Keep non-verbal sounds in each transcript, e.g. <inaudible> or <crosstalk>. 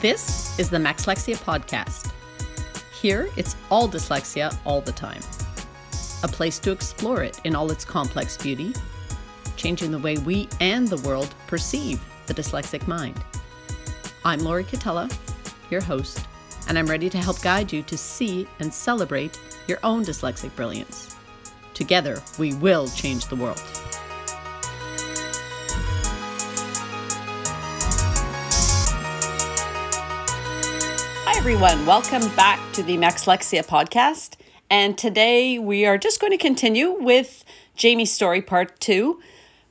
This is the Maxlexia podcast. Here, it's all dyslexia all the time. A place to explore it in all its complex beauty, changing the way we and the world perceive the dyslexic mind. I'm Lori Catella, your host, and I'm ready to help guide you to see and celebrate your own dyslexic brilliance. Together, we will change the world. Hi, everyone. Welcome back to the Maxlexia podcast. And today we are just going to continue with Jamie's story, part two.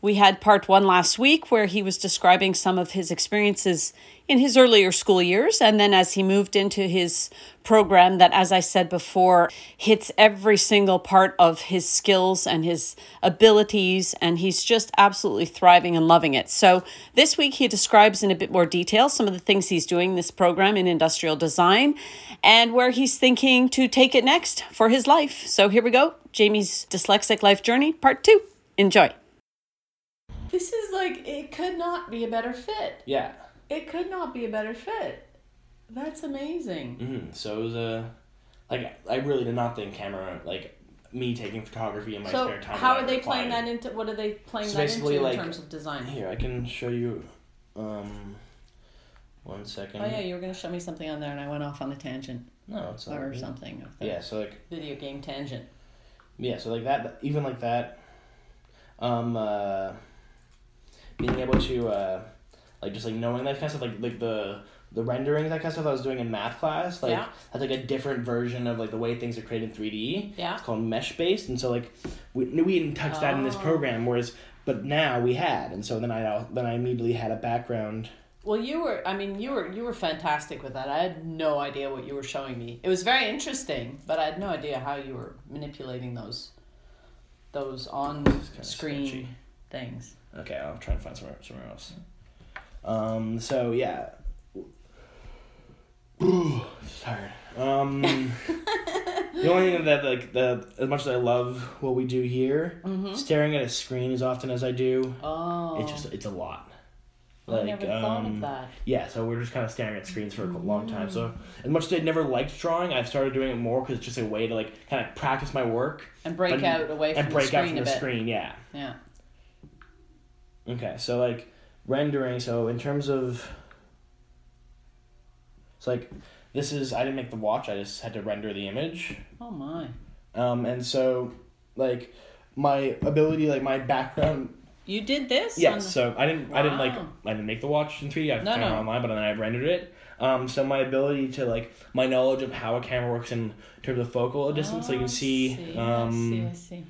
We had part one last week where he was describing some of his experiences in his earlier school years. And then as he moved into his program, that, as I said before, hits every single part of his skills and his abilities. And he's just absolutely thriving and loving it. So this week, he describes in a bit more detail some of the things he's doing this program in industrial design and where he's thinking to take it next for his life. So here we go Jamie's Dyslexic Life Journey, part two. Enjoy. This is like it could not be a better fit. Yeah. It could not be a better fit. That's amazing. hmm So it was a like I really did not think camera like me taking photography in my so spare time. how would are they apply. playing that into what are they playing So that into basically, in like- terms of design? Here I can show you. Um, one second. Oh yeah, you were gonna show me something on there and I went off on a tangent No, it's not. or really- something of the Yeah. So like video game tangent. yeah. So like that. Even like that. Um. Uh, being able to uh, like just like knowing that kind of stuff, like like the the rendering that kind of stuff I was doing in math class, like Yeah. that's like a different version of like the way things are created in three D. Yeah. It's called mesh based, and so like we, we didn't touch that in this Oh. program, whereas but now we had, and so then I al- then I immediately had a background. Well you were I mean you were you were fantastic with that. I had no idea what you were showing me. It was very interesting, but I had no idea how you were manipulating those those on kinda screen sketchy. things. Okay, I'll try and find somewhere somewhere else. Um. So yeah. Sorry. Um. the only thing that like the as much as I love what we do here, staring at a screen as often as I do, Mm-hmm. Oh it's just it's a lot. I never thought um, of that. Mm. Yeah, so we're just kind of staring at screens for a long time. So as much as I never liked drawing, I've started doing it more because it's just a way to like kind of practice my work and break but- out away from and break the screen out from a the bit. screen. Yeah. Yeah. Okay, so like rendering. So in terms of, so like this is I didn't make the watch. I just had to render the image. Oh my. Um, and so like my ability, like my background You did this? Yes, on the- so I didn't I didn't like Wow. I didn't make the watch in 3D. I No, found it no. online, but then I rendered it. Um, so my ability to like my knowledge of how a camera works in terms of focal distance, so you Oh, I can see, I um, see. I see.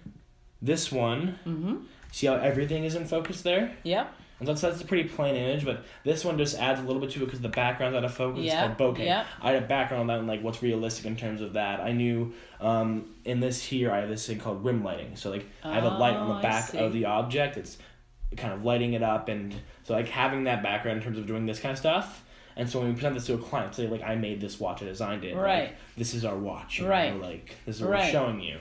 this one. Mm-hmm. See how everything is in focus there, Yep. and that's that's a pretty plain image, but this one just adds a little bit to it because the background's out of focus. Yeah, It's called bokeh. yeah. I had a background on that and like what's realistic in terms of that. I knew um, in this here I have this thing called rim lighting. So like I have a light on Oh, I the back see. of the object. It's kind of lighting it up and so like having that background in terms of doing this kind of stuff. And so when we present this to a client, say like I made this watch, I designed it. like, Right. this is our watch. you Right. know, like this is what Right. we're showing you.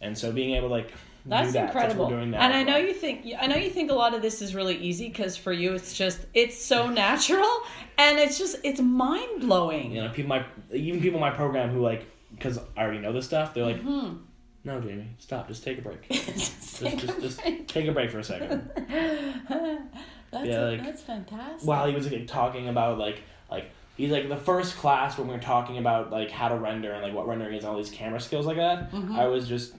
And so being able to like That's do that, what incredible. we're doing now and as I know well. you think I know you think a lot of this is really easy because for you it's just it's <laughs> so natural and it's just it's mind blowing. <laughs> you know people my even people in my program who like because i already know this stuff they're like Mm-hmm. no jamie stop just take a <laughs> break Just just, take just, a just break. take a break for a second <laughs> that's, yeah, like- that's fantastic. while he was like talking about like like he's like the first class when we were talking about like how to render and like what rendering is and all these camera skills like that Mm-hmm. i was just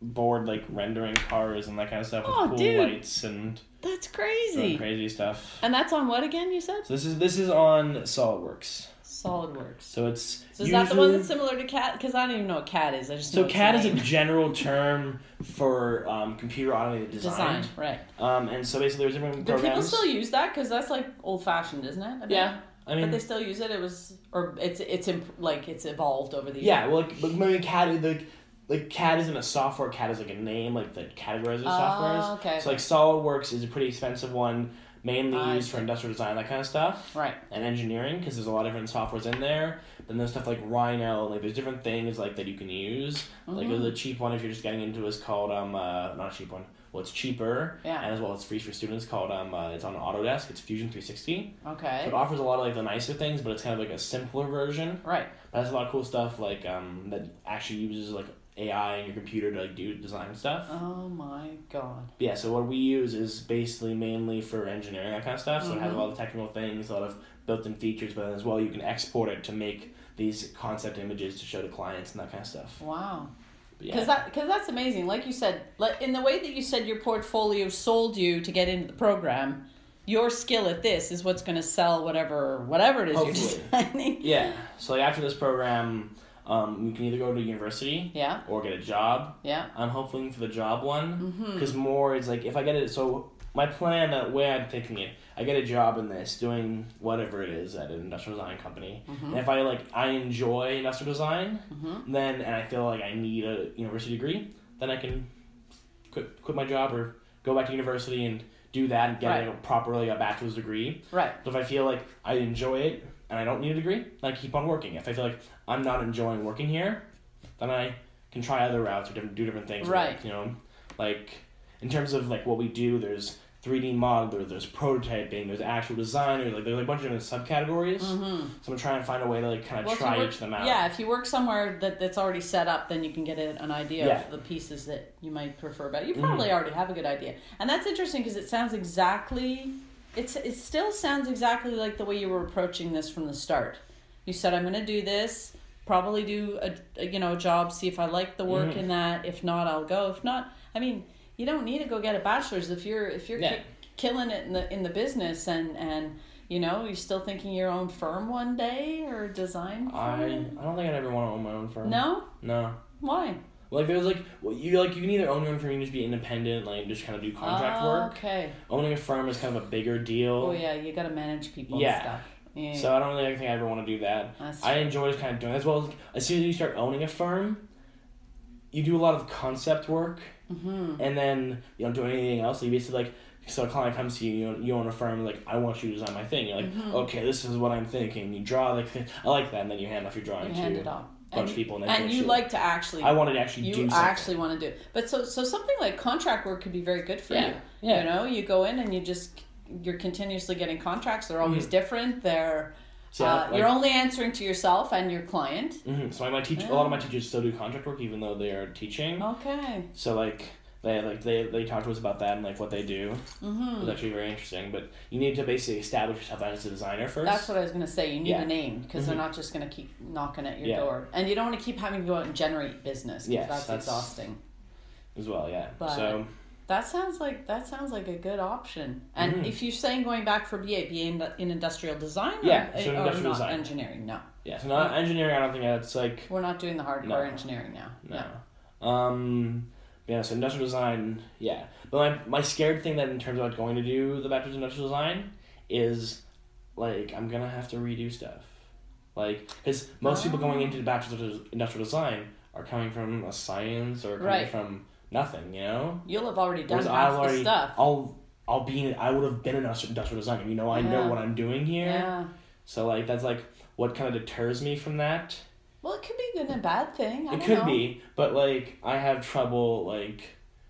bored like rendering cars and that kind of stuff with Oh, cool dude. lights and That's doing crazy. crazy stuff And that's on what again? You said so this is this is on solidworks SolidWorks. so it's So is that the one usually- that's similar to CAD? Because I don't even know what CAD is. I just know So it's CAD is a name. general term for um, computer automated design. design, right? Um, and so basically, there's different Do people programs. still use that? Because that's like old fashioned, isn't it? I mean, yeah, I But mean, they still use it. It was, or it's it's imp- like it's evolved over the years. yeah. Well, like, but maybe CAD, is, like, like CAD isn't a software. CAD is like a name, like that categorizes Ah, softwares. okay. Oh, So like SolidWorks is a pretty expensive one, mainly I used for see. industrial design, that kind of stuff, Right. and engineering because there's a lot of different softwares in there. Then there's stuff like Rhino, like there's Mm-hmm. different things like that you can use. Like the cheap one if you're just getting into is called um uh, not a cheap one. well, it's cheaper, Yeah. and as well it's free for students. Called um, uh, it's on Autodesk. It's Fusion three sixty. So Okay. it offers a lot of like the nicer things, but it's kind of like a simpler version. Right. But it has a lot of cool stuff like um, that actually uses like AI and your computer to like do design stuff. Oh my god. Yeah, so what we use is basically mainly for engineering, that kind of stuff. So it Mm-hmm. has a lot of technical things, a lot of built in features, but as well, you can export it to make these concept images to show to clients and that kind of stuff. Wow. But yeah. Because that, cause that's amazing. Like you said, like in the way that you said your portfolio sold you to get into the program, your skill at this is what's going to sell whatever whatever it is Hopefully. you're designing. yeah, so like after this program, um, you can either go to university Yeah, or get a job. yeah, I'm hoping for the job one because more is like if I get it. So my plan, that way I'm thinking it, I get a job in this doing whatever it is at an industrial design company. And if I like, I enjoy industrial design, mm-hmm. then and I feel like I need a university degree, then I can quit quit my job or go back to university and do that and get Right. like, properly a bachelor's degree. right. But if I feel like I enjoy it and I don't need a degree, then I keep on working. If I feel like I'm not enjoying working here, then I can try other routes or different, do different things. like, Right. you know, like in terms of like what we do, there's 3D modeler, there's prototyping, there's actual designer. Like there's a bunch of different subcategories. Mm-hmm. So I'm gonna try and find a way to like kind of Well, if you try work- each of them out. Yeah, if you work somewhere that, that's already set up, then you can get a- an idea Yeah. Mm-hmm. of the pieces that you might prefer better. You probably already have a good idea, and that's interesting because it sounds exactly. It's it still sounds exactly like the way you were approaching this from the start. You said, "I'm going to do this. Probably do a, a, you know a job. See if I like the Mm-hmm. work in that. If not, I'll go. If not, I mean, you don't need to go get a bachelor's if you're if you're Yeah. kick, killing it in the in the business and and you know you're still thinking your own firm one day or design. Firm? I I don't think I'd ever want to own my own firm. no No. why Like there's like well, you like you can either own your own firm, you can just be independent, like just kind of do contract Oh, work. Okay. Owning a firm is kind of a bigger deal. Oh yeah, you got to manage people Yeah. and stuff. Yeah. So I don't really think I ever want to do that. That's I enjoy just kind of doing as well as, as soon as you start owning a firm, you do a lot of concept work, mm-hmm. and then you don't do anything else. So you basically like so a client comes to you, you you own a firm, like I want you to design my thing. You're like, Mm-hmm. okay, this is what I'm thinking. You draw like th- I like that, and then you hand off your drawing you to hand it a off. bunch and, of people, and, they and finish you it. like to actually. I wanted to actually do you something. actually want to do, but so so something like contract work could be very good for Yeah, you. yeah. You know, you go in and you just you're continuously getting contracts. They're always different. They're Mm. So, uh, like- you're only answering to yourself and your client. hmm So my teach a lot of my teachers still do contract work even though they are teaching. Oh. Okay. So like they like they they talk to us about that and like what they do. Mm-hmm. It was actually very interesting. But you need to basically establish yourself as a designer first. That's what I was going to say. You need Yeah. Mm-hmm. a name because they're not just going to keep knocking at your Yeah. door, and you don't want to keep having to go out and generate business because Yes, that's, that's- exhausting. as well, yeah. But- so That sounds like that sounds like a good option. And Mm-hmm. if you're saying going back for BA, BA in, in industrial design, or- eh, Yeah, or, so industrial not design. engineering. No, yeah, so not engineering. I don't think that's like we're not doing the hardcore No. engineering now. no. Um, yeah, so industrial design, yeah. But my my scared thing that in terms of like, going to do the bachelor's in industrial design is like I'm gonna have to redo stuff. Like, because most people going Ah. into the bachelor's of industrial design are coming from a science or coming Right. from nothing, you know. you'll have already done Whereas half I've the already, stuff. I'll, I'll be, in, I would have been an industri- industrial designer. You know, I know Yeah. what I'm doing here. yeah. So like, that's like what kind of deters me from that. Well, it could be good and a bad thing. I it don't could know. be, but like, I have trouble like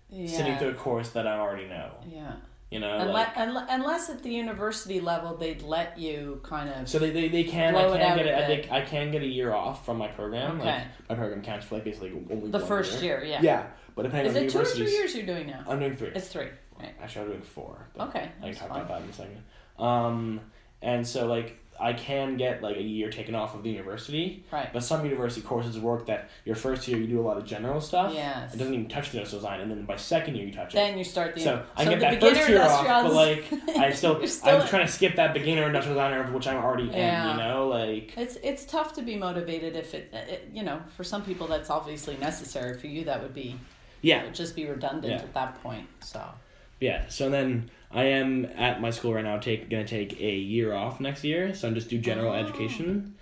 Yeah. sitting through a course that I already know. yeah. You know, Unless, like, unle- unless at the university level they'd let you kind of so they, they, they can I Blow it can out get a a, I bit. think I can get a year off from my program. Okay. Like my program counts for like basically only the one first year. Yeah. Yeah. but depending Is on it two or universities, Oh, three years you're doing now? I'm doing three. It's three. Right. Actually, I'm doing four. but- Okay. I can that's talk fine. about that in a second. Um, and so like I can get like a year taken off of the university, Right. but some university courses work that your first year you do a lot of general stuff. Yes. It doesn't even touch the industrial design, and then by second year you touch it. Then you start the So I so get the that first beginner year off, industrial but <laughs> like I still, You're still I'm trying to skip that beginner industrial designer of which I'm already in. Yeah. You know, like It's it's tough to be motivated if it, it you know for some people that's obviously necessary for you that would be it yeah, would just be redundant Yeah. at that point so yeah. So then I am at my school right now. Take gonna take a year off next year, so I'm just do general Oh. education.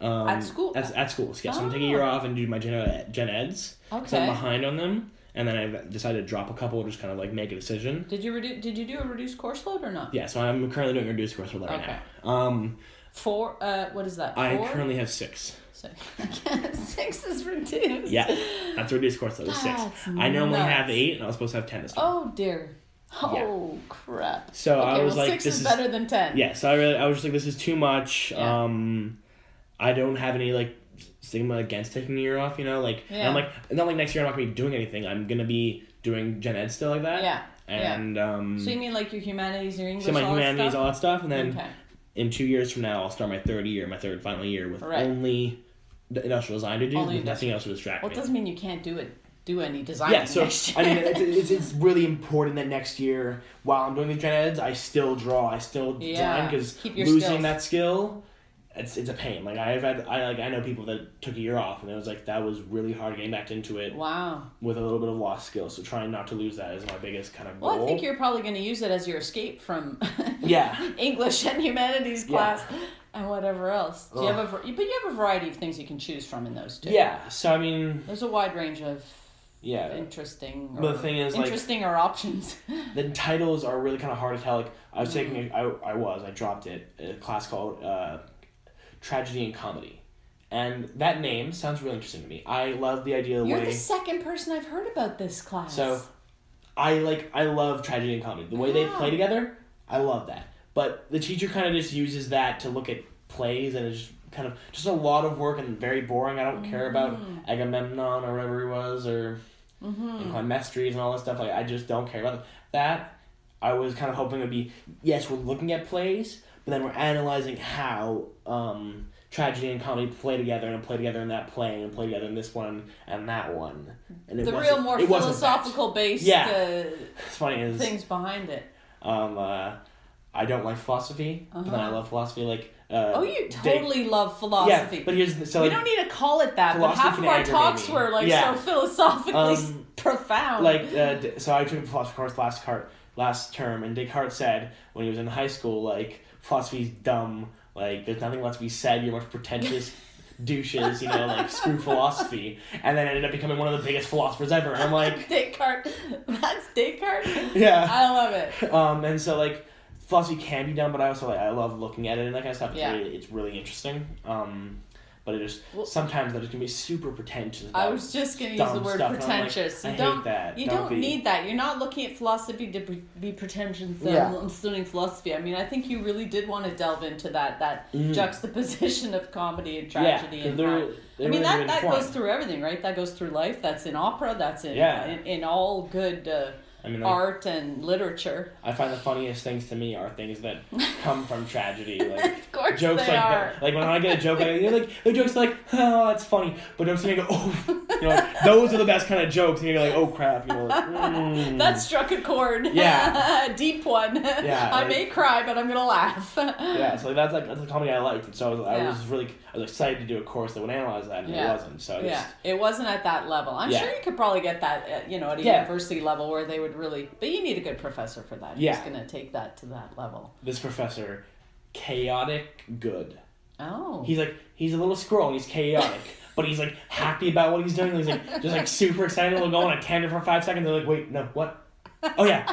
Um, At school? At, at school. Yes, I'm taking a Oh. year off and do my gen ed, gen eds. So I'm Okay. behind on them, and then I decided to drop a couple, just kind of like make a decision. did you reduce did you do a reduced course load or not Yeah, so I'm currently doing a reduced course load right Okay. now. Um, Four. Uh, what is that? Four? I currently have six. Six. <laughs> Six is reduced. Yeah, that's where reduced course though. Is six. <gasps> That's I normally nuts. have eight, and I was supposed to have ten this time. Oh dear. Oh crap. So I Okay, was well, like, six this is, is- better than ten. Yeah, so I really, I was just like, this is too much. Yeah. Um, I don't have any like stigma against taking a year off. You know, like and Yeah. I'm like, not like next year I'm not gonna be doing anything. I'm gonna be doing gen ed still like that. Yeah, yeah. And um, So you mean like your humanities, your English, so my all humanities, that stuff? all that stuff, and then okay. in two years from now, I'll start my third year, my third final year with Right. only the industrial design to do, Only with nothing else to distract Well, it me. doesn't mean you can't do it. Do any design yeah, so next I year. mean, it's, it's, it's really important that next year, while I'm doing the gen eds, I still draw, I still Yeah, design because keep your losing skills. that skill, it's it's a pain. Like I've had, I like I know people that took a year off, and it was like that was really hard getting back into it <laughs> wow. with a little bit of lost skill. So trying not to lose that is my biggest kind of goal. Well, I think you're probably going to use it as your escape from Oh. yeah. <laughs> English and humanities Yeah. class and whatever else. Do you have a, var- but you have a variety of things you can choose from in those too. Yeah, so I mean, There's a wide range of yeah, interesting. But the thing is, like- interesting or options. <laughs> the titles are really kind of hard to tell. Like I was taking, Mm-hmm. a, I, I was, I dropped it, a class called uh, Tragedy and Comedy, and that name sounds really interesting to me. I love the idea of the You're way. the second person I've heard about this class. So, I like I love tragedy and comedy. The way they Oh. play together, I love that. But the teacher kind of just uses that to look at plays and it's just kind of just a lot of work and very boring. I don't care about Mm. Agamemnon or whatever he was or Hmm. mm Climestries and all this stuff. Like I just don't care about that. I was kind of hoping it would be yes, we're looking at plays, but then we're analyzing how um, tragedy and comedy play together and play together in that play and play together in this one and that one. And it the wasn't- real more it wasn't that. philosophical based Yeah. uh, <laughs> It's funny is things behind it. um, uh, I don't like philosophy, but then I love philosophy. Like uh, Uh-huh. Oh, you Dick- totally love philosophy. Yeah, but here's the, so we like don't need to call it that, but philosophy half of can our aggravate talks me. were like Yeah. so philosophically s- Um, profound. <laughs> like uh, D- so I took a philosophy course last cart last term, and Descartes said when he was in high school, like philosophy's dumb. Like there's nothing left to be said. You're <laughs> much pretentious. douches you know like screw philosophy and then ended up becoming one of the biggest philosophers ever and i'm <laughs> like Descartes. That's Descartes. <laughs> Yeah. I love it. um and so like philosophy can be done but i also like i love looking at it and that kind of stuff it's, Yeah. really, it's really interesting um but it just Well- sometimes that it can be super pretentious I about was just going to use dumb the word stuff, and I'm like, pretentious. I you hate don't. that. You Don't don't be- need that. You're not looking at philosophy to be, be pretentious. Though. Yeah. I'm studying philosophy. I mean, I think you really did want to delve into that that juxtaposition of comedy and tragedy Mm. yeah, and they're, how. they're I mean really that, good that form. goes through everything, right? That goes through life. That's in opera. That's in Yeah. in, in all good uh, I mean, like- art and literature. I find the funniest things to me are things that come from tragedy. Like <laughs> Of course jokes they like are. that. Like when I get a joke, I, you're like the jokes like, <laughs> oh, that's funny. But jokes you go, oh, you <laughs> know, like, those are the best kind of jokes. And you're like, oh crap, you know. Like, mm. That struck a chord. <laughs> Yeah. a deep one. Yeah, <laughs> I like- may cry, but I'm gonna laugh. <laughs> Yeah, so like, that's like that's the comedy I liked, and so I was, I Yeah. was really I was excited to do a course that would analyze that, and Yeah. it wasn't. So Yeah, it's, it wasn't at that level. I'm Yeah. sure you could probably get that, at, you know, at a Yeah. university level where they would really. But you need a good professor for that. Yeah. who's going to take that to that level. this professor, chaotic good. Oh, He's like he's a little squirrel and he's chaotic, but he's like happy about what he's doing. He's like just like super excited. He'll go on a tangent for five seconds. They're like, wait, no, what? Oh yeah,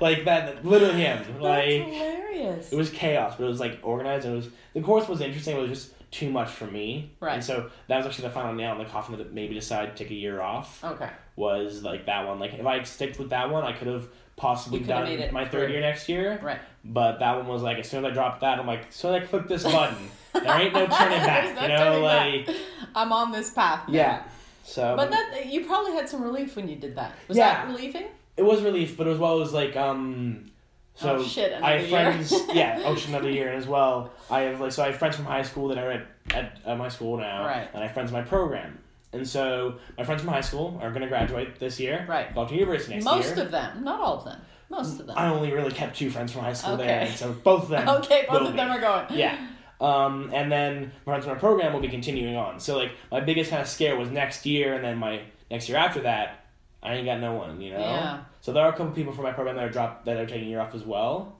like that. Literally him. that's Like hilarious. it was chaos, but it was like organized. And it was the course was interesting. But it was just too much for me. Right. And so that was actually the final nail in the coffin that made me decide to take a year off. Okay, Was like that one. Like if I had sticked with that one, I could have possibly You could have done made it my third through. year next year. right. But that one was like, as soon as I dropped that, I'm like, so I click <laughs> this button. There ain't no turning back, There's no you know, turning like back. I'm on this path. now. yeah. So, But that you probably had some relief when you did that. Was Yeah. that relieving? it was relief, but as well as like um, so Oh, shit, I have another year. friends, <laughs> yeah, oh shit, another year, and as well, I have like so I have friends from high school that are at at, at my school now, Right. And I have friends in my program, and so my friends from high school are gonna graduate this year, Right. Go off to university next Most year. of them, not all of them. Most of them. I only really kept two friends from high school there, Okay. and so both of them. <laughs> okay, both will of be. them are going. yeah. Um, and then my friends in my program will be continuing on. So like my biggest kind of scare was next year, and then my next year after that, I ain't got no one, you know. Yeah. So there are a couple people from my program that are drop that are taking a year off as well.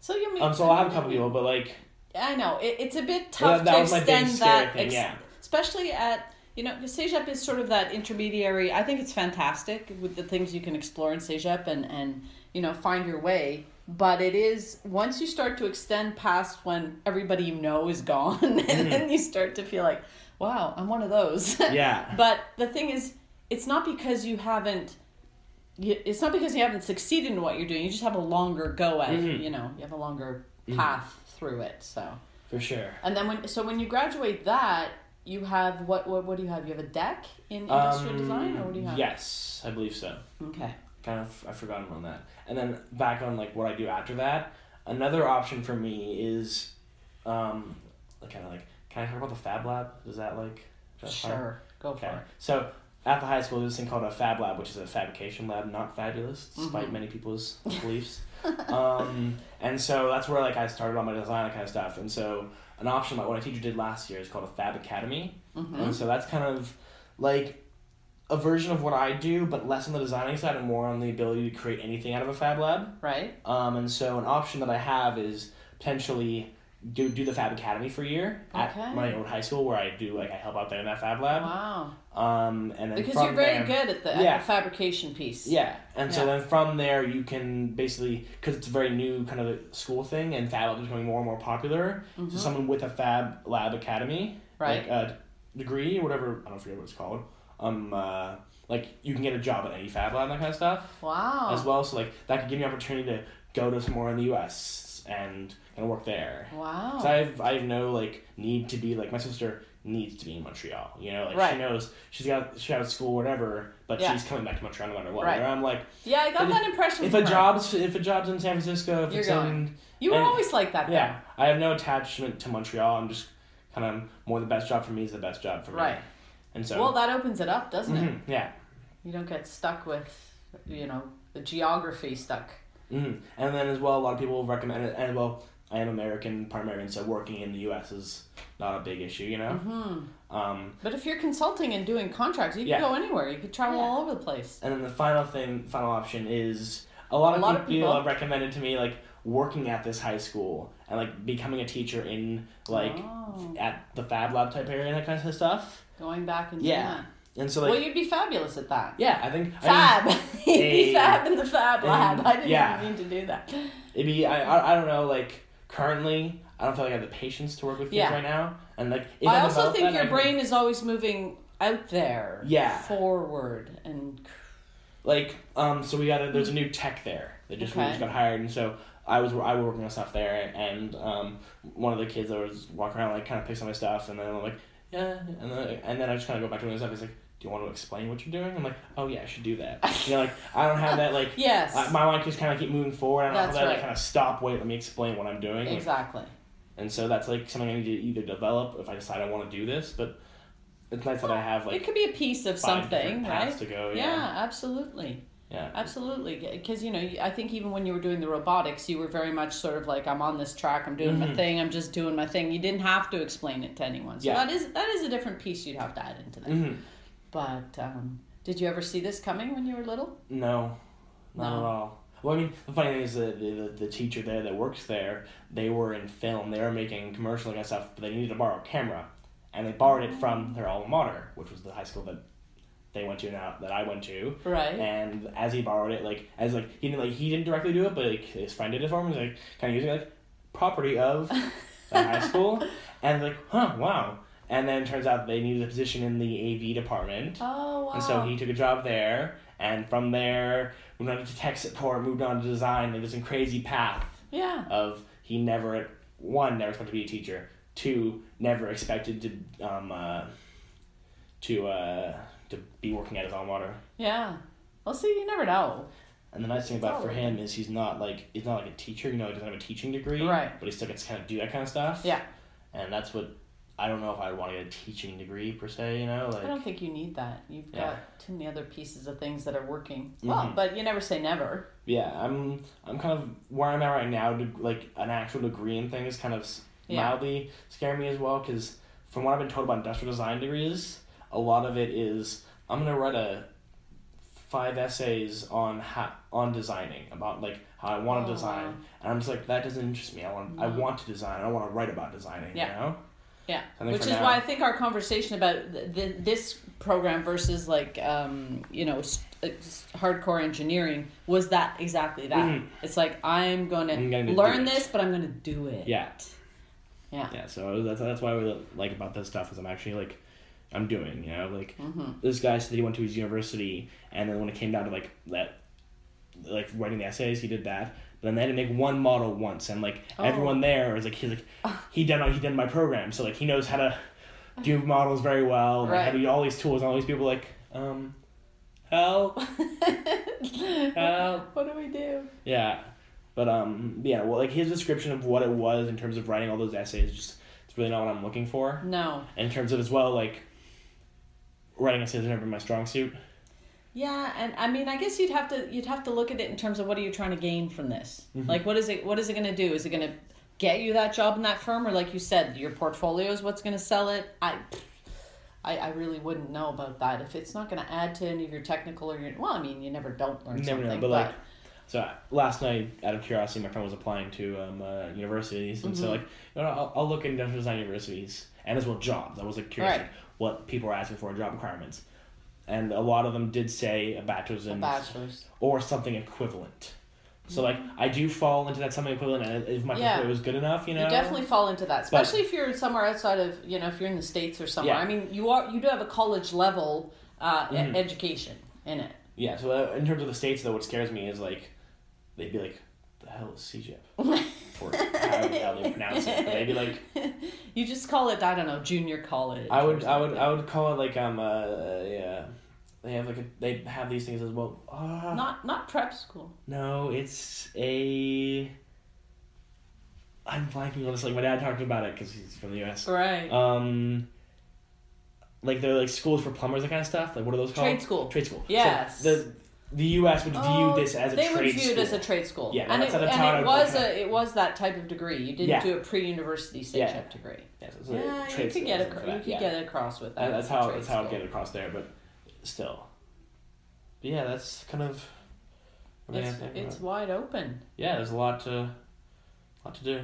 So you mean? Um, so I'll have a couple people, but like I know it, it's a bit Well, tough that to was my big extend scary that, thing, yeah. especially at you know, 'cause Sejep is sort of that intermediary. I think it's fantastic with the things you can explore in Sejep and and you know find your way. But it is once you start to extend past when everybody you know is gone, <laughs> and Mm. then you start to feel like, wow, I'm one of those. Yeah. but the thing is, it's not because you haven't. you- It's not because you haven't succeeded in what you're doing. You just have a longer go at Mm-hmm. it. You know, you have a longer path through it. So. for sure. And then when so when you graduate that, you have what what, what do you have? You have a deck in industrial Um, design or what do you have? Yes, I believe so. Okay. Kind of, I've forgotten on that. And then back on like what I do after that. Another option for me is, um, like kind of like can I talk about the Fab Lab? Does that like? is that fine? Sure. Go for Okay. it. So at the high school, there's this thing called a fab lab, which is a fabrication lab, not fabulous, despite many people's beliefs. um, and so that's where like I started on my design kind of stuff. And so an option that what a teacher did last year is called a fab academy. And so that's kind of like a version of what I do, but less on the designing side and more on the ability to create anything out of a fab lab. Right? Um, and so an option that I have is potentially do do the Fab Academy for a year Okay. at my old high school where I do like I help out there in that Fab Lab. Wow. Um, and then Because from you're very there- good at the, at Yeah. the fabrication piece. Yeah, and so Yeah. then from there you can basically because it's a very new kind of school thing, and Fab Lab is becoming more and more popular. So someone with a Fab Lab Academy, Mm-hmm. Right. like a degree or whatever, I don't forget what it's called. Um, uh, like you can get a job at any Fab Lab, that kind of stuff Wow. as well. So like that could give me an opportunity to go to somewhere in the U.S. and and work there. Wow. 'Cause I've I've no like need to be like my sister needs to be in Montreal. You know, like Right. she knows she's got she's out of school whatever, but Yeah. she's coming back to Montreal no matter what. Right. And I'm like, yeah, I got if- that impression if from a her. job's if a job's in San Francisco, if You're it's going. in You were and- always like that. though. yeah, I have no attachment to Montreal. I'm just kind of more the best job for me is the best job for Right. me. And so Well, that opens it up, doesn't it? mhm, <clears throat> yeah. You don't get stuck with, you know, the geography stuck. hmm And then as well, a lot of people recommend it. And well, I am American, part American, so working in the U.S. is not a big issue, you know. Mm-hmm. Um, But if you're consulting and doing contracts, you can Yeah. go anywhere. You could travel all over the place. and then the final thing, final option is a lot of, A lot of people, people- have recommended to me like working at this high school and like becoming a teacher in like Oh. at the Fab Lab type area and that kind of stuff. Going back and doing Yeah. that. And so like well, you'd be fabulous at that. yeah, I think I Fab. <laughs> mean, You'd be Hey. fab in the fab lab. I didn't yeah. even mean to do that. it'd be I, I I don't know like currently I don't feel like I have the patience to work with Yeah. kids right now and like if I also develop think that, your I can- brain is always moving out there. Yeah. Forward and like um so we got a, there's a new tech there that just, we Hmm. Okay. just got hired and so I was I was working on stuff there and um one of the kids that was walking around like kind of picks up my stuff and then I'm like yeah and then and then I just kind of go back to doing stuff he's like do you want to explain what you're doing I'm like oh yeah I should do that you know like I don't have that like <laughs> Yes. I, my mind just kind of keep moving forward I don't That's have that right. like kind of stop wait let me explain what I'm doing Like, exactly. and so that's like something I need to either develop if I decide I want to do this but it's nice that I have it like could be a piece of five something, different paths right? to yeah. go Oh, yeah absolutely. yeah, Absolutely. Because, you know, you- I think even when you were doing the robotics, you were very much sort of like, I'm on this track, I'm doing Mm-hmm. my thing, I'm just doing my thing. You didn't have to explain it to anyone. So Yeah. that is that is a different piece you'd have to add into that. Mhm. But um, did you ever see this coming when you were little? No, not No. at all. Well, I mean, the funny thing is that the, the, the teacher there that works there, they were in film, they were making commercial and stuff, but they needed to borrow a camera, and they borrowed it from their alma mater, which was the high school that they went to now that I went to. Right. And as he borrowed it, like as like he didn't like he didn't directly do it, but like his friend did it for him. He's like kind of using it, like property of the high school, and like huh wow. And then it turns out they needed a position in the AV department. Oh wow. And so he took a job there, and from there moved on to tech support, moved on to design. It was a crazy path Yeah. of he never one never expected to be a teacher, two never expected to um uh, to uh, to be working at his alma mater. Yeah. Well, see, you never know. And the nice thing about for all- him is he's not like he's not like a teacher. You know, he doesn't have a teaching degree, Right. But he still gets to kind of do that kind of stuff. Yeah. And that's what I don't know if I would want to get a teaching degree per se. You know, I like don't think you need that. You've Yeah. Mm-hmm. got too many other pieces of things that are working. Well, but you never say never. yeah, I'm I'm kind of where I'm at right now. De- like an actual degree in things kind of s- Yeah. mildly scare me as well. Because from what I've been told about industrial design degrees, a lot of it is I'm gonna write a five essays on how on designing about like how I want to Oh, design, and I'm just like that doesn't interest me. I want I want to design. I want to write about designing. Yeah. You know. Yeah, Something which for is now. why I think our conversation about th th this program versus like um, you know s- uh, s- hardcore engineering was that exactly that. Mhm. It's like I'm gonna, I'm gonna do learn it. this, but I'm gonna do it. Yeah. yeah, Yeah, so that's, that's why we like about this stuff is I'm actually like, I'm doing, you know, like this guy said he went to his university, and then when it came down to like that, like writing the essays, he did that. But then they had to make one model once, and like everyone there was like, he's like, he done my- he done my program, so like he knows how to do models very well, and how to Right. use all these tools, and all these people like, um, help, help. what do we do? Yeah, but um, yeah. Well, like his description of what it was in terms of writing all those essays, just it's really not what I'm looking for. No. In terms of as well, like writing essays has never been my strong suit. Yeah, and I mean, I guess you'd have to you'd have to look at it in terms of what are you trying to gain from this? Mm-hmm. Like, what is it? What is it going to do? Is it going to get you that job in that firm, or like you said, your portfolio is what's going to sell it? I, I, I really wouldn't know about that if it's not going to add to any of your technical or your. Well, I mean, you never don't learn You never something, know, but, but, like so I- last night, out of curiosity, my friend was applying to um, uh, universities, and Mm-hmm. so like you know, I'll, I'll look at industrial design universities and as well jobs. I was like curious Right. like, what people are asking for in job requirements, and a lot of them did say a bachelor's a in bachelor's. or something equivalent. So like I do fall into that something equivalent, and if my Hmm. Yeah. portfolio was good enough, you know. You definitely fall into that, But- especially if you're somewhere outside of you know if you're in the states or somewhere. Yeah. I mean, you are you do have a college level uh, e- Mhm. education in it. Yeah. So uh, in terms of the states, though, what scares me is like they'd be like, "The hell <laughs> is CJEP?" or how the hell they pronounce it. But they'd be like, <laughs> You just call it I don't know junior college. I or would, I would, something. I would call it like um uh yeah. They have like a, they have these things as well. Uh, Not not prep school. no, it's a. I'm blanking on this. Like my dad talked about it because he's from the U.S. Right. um like they're like schools for plumbers that kind of stuff like what are those called Trade school. trade school So Yes. Oh, the the us would view this as a they trade were viewed school as a trade school. Yeah, and that's it, how the town and would it was look at a it was that type of degree. You didn't Yeah. do a pre-university state Yeah. chap degree. Yes, it's a Yeah, trade you could school get or something across. like You that, could yeah. get across with that. That- that's as a how trade that's how it school. get across there but still but yeah that's kind of I mean, It's, I think it's about- wide open. yeah there's a lot to lot to do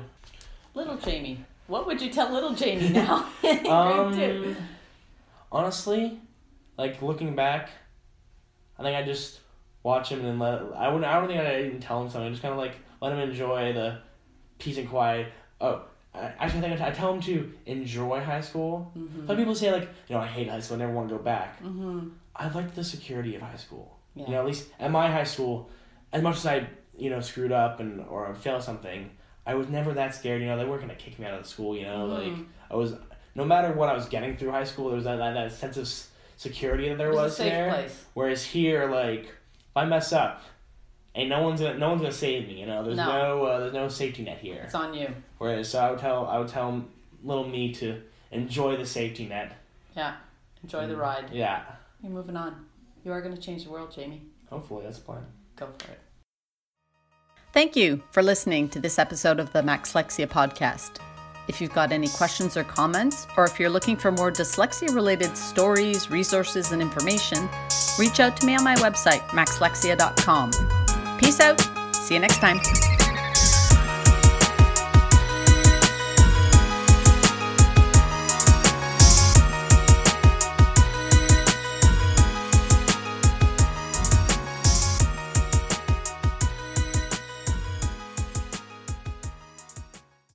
Little Jamie, what would you tell little Jamie now? <laughs> Grade two. Um, honestly, like looking back, I think I just watch him and let. I wouldn't. I don't think I even tell him something. Just kind of like let him enjoy the peace and quiet. Oh, I, actually, I think I, t- I tell him to enjoy high school. Some people say like, you know, I hate high school. I never want to go back. Mhm. I liked the security of high school. Yeah. You know, at least at my high school, as much as I you know screwed up and or failed something, I was never that scared. You know, they weren't gonna kick me out of the school. You know, like I was no matter what I was getting through high school, there was that, that, that sense of s- security that there It was, was a safe there. place. Whereas here, like if I mess up, ain't no one's gonna no one's gonna save me. You know, there's No. no, uh, there's no safety net here. It's on you. Whereas so I would tell I would tell little me to enjoy the safety net. Yeah. Enjoy Mm. the ride. Yeah, You're moving on. You are going to change the world, Jamie. hopefully that's the plan. Go for it. Thank you for listening to this episode of the Maxlexia podcast. If you've got any questions or comments, or if you're looking for more dyslexia related stories, resources, and information, reach out to me on my website, maxlexia.com. Peace out. See you next time.